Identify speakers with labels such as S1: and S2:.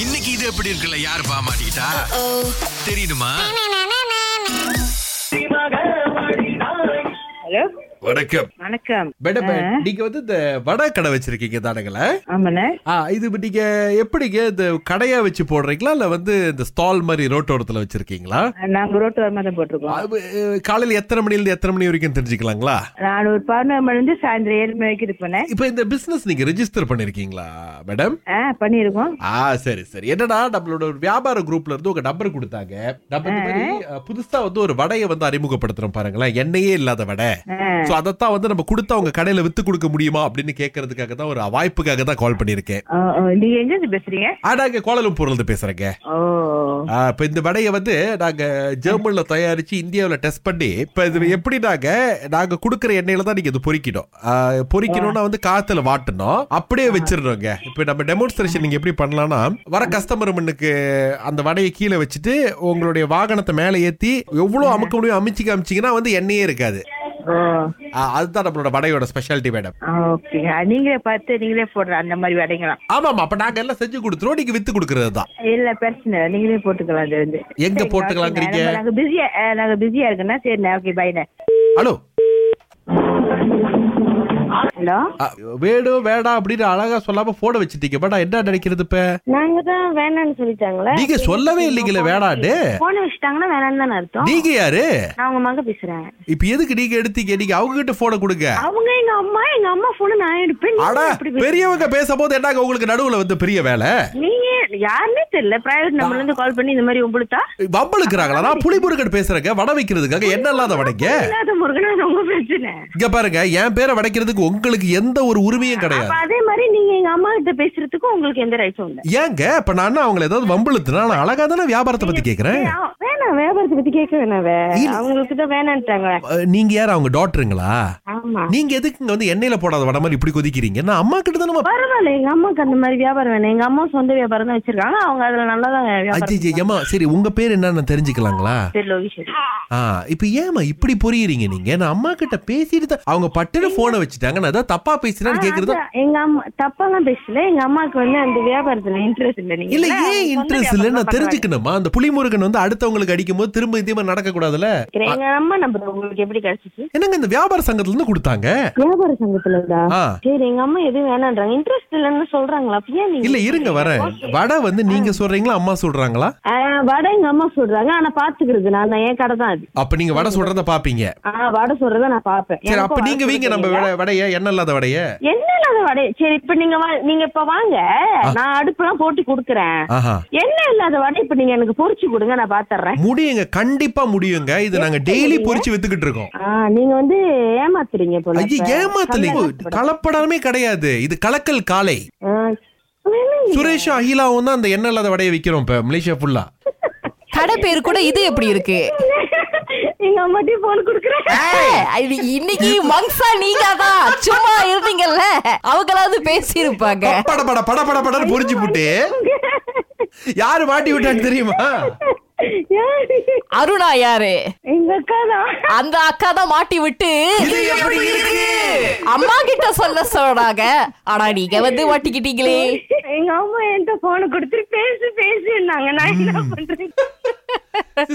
S1: இன்னைக்கு இது எப்படி இருக்குல்ல யார் பாமாட்டா தெரியுமா
S2: ஹலோ
S1: வணக்கம்
S2: வணக்கம்
S3: மேடம் நீங்க வந்து இந்த வடை கடை வச்சிருக்கீங்க தானுங்களே
S2: ஆமாண்ணே
S3: ஆ இது இப்ப நீங்க எப்படிங்க இந்த கடையா வச்சு போடுறீங்களா இல்ல வந்து இந்த ஸ்டால் மாதிரி ரோட்டோரத்துல வச்சிருக்கீங்களா
S2: நாங்க ரோட்டு வரமா தான் போட்டிருக்கோம்
S3: அது, அஹ், காலையில எத்தனை மணில இருந்து எத்தனை மணி வரைக்கும் தெரிஞ்சுக்கலாங்களா
S2: நான் ஒரு பதினோரு மணி இருந்து சாயந்தரம் ஏழு மணி வரைக்கும் இருப்பேனே
S3: இப்ப இந்த பிசினஸ் நீங்க ரெஜிஸ்டர் பண்ணிருக்கீங்களா மேடம்
S2: ஆ பண்ணியிருக்கோம்
S3: ஆ சரி சரி என்னடா நம்மளோட ஒரு வியாபார குரூப்ல இருந்து உங்க நம்பர் கொடுத்தாங்க நம்ம இந்த மாதிரி அஹ், புதுசா வந்து ஒரு வடையை வந்து அறிமுகப்படுத்துறோம் பாருங்களேன் எண்ணெயே இல்லாத வடை சோ அதத்தான் வந்து நம்ம கொடுத்தா உங்க கடையில வித்து கொடுக்க முடியுமா அப்படின்னு கேக்குறதுக்காக தான் ஒரு வாய்ப்புக்காக தான் கால் பண்ணிருக்கேன்
S2: ஆ, ஆ, நீங்க எங்க இருந்து பேசுறீங்க
S3: ஆனா இங்க கோலம்பூர்ல இருந்து பேசுறேங்க
S2: ஓ
S3: ஆ, இப்ப இந்த வடையை வந்து நாங்க ஜெர்மன்ல தயாரிச்சு இந்தியாவுல டெஸ்ட் பண்ணி இப்ப இது எப்படி நாங்க நாங்க குடுக்கிற எண்ணெயில தான் நீங்க இது பொரிக்கணும் ஆ, பொரிக்கணும்னா வந்து காத்துல வாட்டணும் அப்படியே வச்சிடணுங்க இப்ப நம்ம டெமோன்ஸ்ட்ரேஷன் நீங்க எப்படி பண்ணலாம்னா வர கஸ்டமர் மண்ணுக்கு அந்த வடையை கீழே வச்சுட்டு உங்களுடைய வாகனத்தை மேலே ஏத்தி எவ்வளவு அமுக்க முடியும் அமைச்சு காமிச்சீங்கன்னா வந்து எண்ணெயே இருக்காது
S2: ஓ
S3: ஆ, அதுதான் நம்மளோட வடையோட ஸ்பெஷாலிட்டி மேடம்
S2: ஓகே நீங்களே பார்த்து நீங்களே போடுற அந்த மாதிரி வடைங்களாம்
S3: ஆமாமா அப்ப நாங்க எல்லாம் செஞ்சு கொடுத்துருவோம் நீங்க வித்து கொடுக்கறது தான்
S2: இல்ல பிரச்சனை இல்லை. நீங்களே போட்டுக்கலாம் அது வந்து
S3: எங்க
S2: சரிங்க,
S3: போட்டுக்கலாங்கிறீங்க?
S2: ஓகேண்ணே. நம்ம- நாங்க பிஸியா நாங்க பிஸியா இருக்குன்னா சரிண்ணே ஓகே பைண்ணே
S3: ஹலோ
S2: ஹலோ
S3: ஆ, வேணும் வேண்டாம் அப்படின்னு அழகா சொல்லாம போட வச்சுட்டீங்க பட் என்ன நினைக்கிறது இப்ப
S4: நாங்க தான் வேணாம்னு சொல்லிட்டாங்களே
S3: நீங்க சொல்லவே இல்லைங்களே வேணான்னு
S4: போன வச்சுட்டாங்கன்னா வேணாம்னு தானே அர்த்தம்
S3: நீங்க யாரு
S4: நான் உங்க மக பேசுறேன்
S3: இப்ப எதுக்கு நீங்க எடுத்தீங்க நீங்க அவங்க கிட்ட போன கொடுங்க
S4: அவங்க எங்க அம்மா எங்க அம்மா போன நான் எடுப்பேன் நீங்க
S3: அட
S4: எப்படி பேசுறீங்க?
S3: பெரியவங்க பேசும்போது என்னங்க உங்களுக்கு நடுவுல வந்து பெரிய வேலை
S4: நீங்க யாருன்னே தெரியல பிரைவேட் நம்பர்ல இருந்து கால் பண்ணி இந்த மாதிரி உங்களுத்தா
S3: வம்பளுக்குறாங்களா நான் புளிமுருகன் பேசுறேங்க வடை வைக்கிறதுக்காக என்ன இல்லாத வடைங்க
S4: இல்லாத முருகன் அது உங்க பிரச்சனை
S3: இங்க பாருங்க என் பேரை வடைக்கிறதுக்கு உங்களுக்கு எந்த ஒரு உரிமையும்
S4: அப்ப
S3: கிடையாது
S4: அதே மாதிரி நீங்க எங்க அம்மா கிட்ட பேசுறதுக்கு உங்களுக்கு எந்த ரைட்ஸும் இல்ல
S3: ஏங்க இப்ப நான் என்ன அவங்களை ஏதாவது வம்பளுத்துனா நான் அழகா தானே வியாபாரத்தை பத்தி கேக்குறேன்
S4: ஏய், அவ- வேணாம் வியாபாரத்தை பத்தி கேட்க வேணாம் வே. அவங்களுக்கு தான் வேணான்ட்டாங்க
S3: அஹ், நீங்க யார் அவங்க டாக்டருங்களா
S4: ஆமா
S3: நீங்க எதுக்குங்க வந்து எண்ணெயில போடாத வடை மாதிரி இப்படி கொதிக்கிறீங்க நான் அம்மா கிட்ட தானே
S4: பரவாயில்ல எங்க அம்மாக்கு அந்த மாதிரி வியாபாரம் வேணாம் எங்க அம்மா சொந்த வியாபாரம் தான் வச்சிருக்காங்க அவங்க அதுல நல்லா தான் வியாபாரம்
S3: அஜய் ஏமா சரி உங்க பேர் என்னன்னு தெரிஞ்சுக்கலாங்களா
S4: சரி லோகேஷ் சரி.
S3: ஆ இப்போ ஏமா இப்படி புரியுறீங்க நீங்க நான் அம்மா கிட்ட பேசிட்டு தான் அவங்க பட்டுன்னு போனை வச்சுட்டாங்க நான் ஏதாவது தப்பா பேசினான்னு கேக்குறது
S4: அதான், எங்க அம்மா தப்பாலாம் பேசல எங்க அம்மாக்கு வந்து அந்த வியாபாரத்துல இன்ட்ரெஸ்ட் இல்ல நீங்க
S3: இல்ல
S4: அவங்க
S3: ஏன்
S4: சொந்த
S3: இன்ட்ரெஸ்ட் இல்ல
S4: வியாபாரம்
S3: நான்
S4: தான்
S3: தெரிஞ்சுக்கணுமா அந்த புலிமுருகன் வந்து அடுத்தவங்களுக்கு அடிக்கும் போது திரும்ப இதே மாதிரி நடக்க கூடாதுல
S4: பண்றாங்க. எங்க அம்மா நம்பர் உங்களுக்கு எப்படி கிடைச்சிச்சு
S3: என்னங்க இந்த வியாபார சங்கத்துல இருந்து கொடுத்தாங்க
S4: வியாபார சங்கத்துல இருந்தா
S3: ஆ
S4: சரி எங்க அம்மா எதுவும் வேணான்றாங்க இன்ட்ரெஸ்ட் இல்லன்னு சொல்றாங்களா அப்ப ஏன் நீங்க
S3: இல்ல இருங்க வரேன் வடை வந்து நீங்க சொல்றீங்களா அம்மா சொல்றாங்களா
S4: ஆ, வடை எங்க அம்மா சொல்றாங்க ஆனா பாத்துக்கிறது நான் தான் என் கடை தான் அது
S3: அப்ப நீங்க வடை சொல்றத பாப்பீங்க
S4: ஆனா வடை சொல்றத நான் பாப்பேன்
S3: சரி
S4: எனக்கும்
S3: அப்ப
S4: வடை
S3: நீங்க வீங்க நம்ம
S4: சொல்றீங்க.
S3: வடை- வடைய எண்ணெய் இல்லாத வடைய
S4: என்ன இல்லாத வடை சரி இப்ப நீங்க வா- நீங்க இப்ப வாங்க நான் அடுப்புலாம் போட்டு கொடுக்குறேன்
S3: ஆஹா
S4: என்ன இல்லாத வடை இப்ப நீங்க எனக்கு பொரிச்சு கொடுங்க நான் பாத்துறேன்
S3: முடியுங்க கண்டிப்பா முடியுங்க இது நாங்க டெய்லி பொரிச்சு வித்துக்கிட்டு இருக்கோம்
S4: ஆஹ் நீங்க வந்து ஏமாத்துறீங்க போல
S3: ஐயோ
S4: இப்ப.
S3: ஏமாத்தலைங்க
S4: கல்யாணத்துக்கு
S3: கலப்படமே கிடையாது இது கலக்கல் காலை
S4: ஆஹ்
S3: சுரேஷும் அகிலாவும் தான் அந்த எண்ணெய் இல்லாத வடையை விக்கிறோம் இப்ப மலேசியா ஃபுல்லா
S5: கடை பேர் கூட இது எப்படி இருக்கு
S4: எங்க அம்மாட்டையும் போன் குடுக்குறேன்
S5: ஆ, இது இன்னைக்கு மங்ஸா நீங்க தான் சும்மா இருந்தீங்கல்ல அவங்களாவது பேசியிருப்பாங்க
S3: பட பட பட பட படன்னு பொரிச்சு போட்டு யாரு மாட்டி விட்டான்னு தெரியுமா
S4: யாரு?
S5: அருணா யாரு
S4: எங்க அக்கா தான்
S5: அந்த அக்கா தான் மாட்டி விட்டு
S3: இது எப்படி இருக்கு
S5: அம்மா கிட்ட சொல்ல சொன்னாங்க ஆனா நீங்க வந்து மாட்டிக்கிட்டீங்களே
S4: எங்க அம்மா என்கிட்ட போன கொடுத்துட்டு பேசு பேசுன்னாங்க நான் என்ன பண்றேன்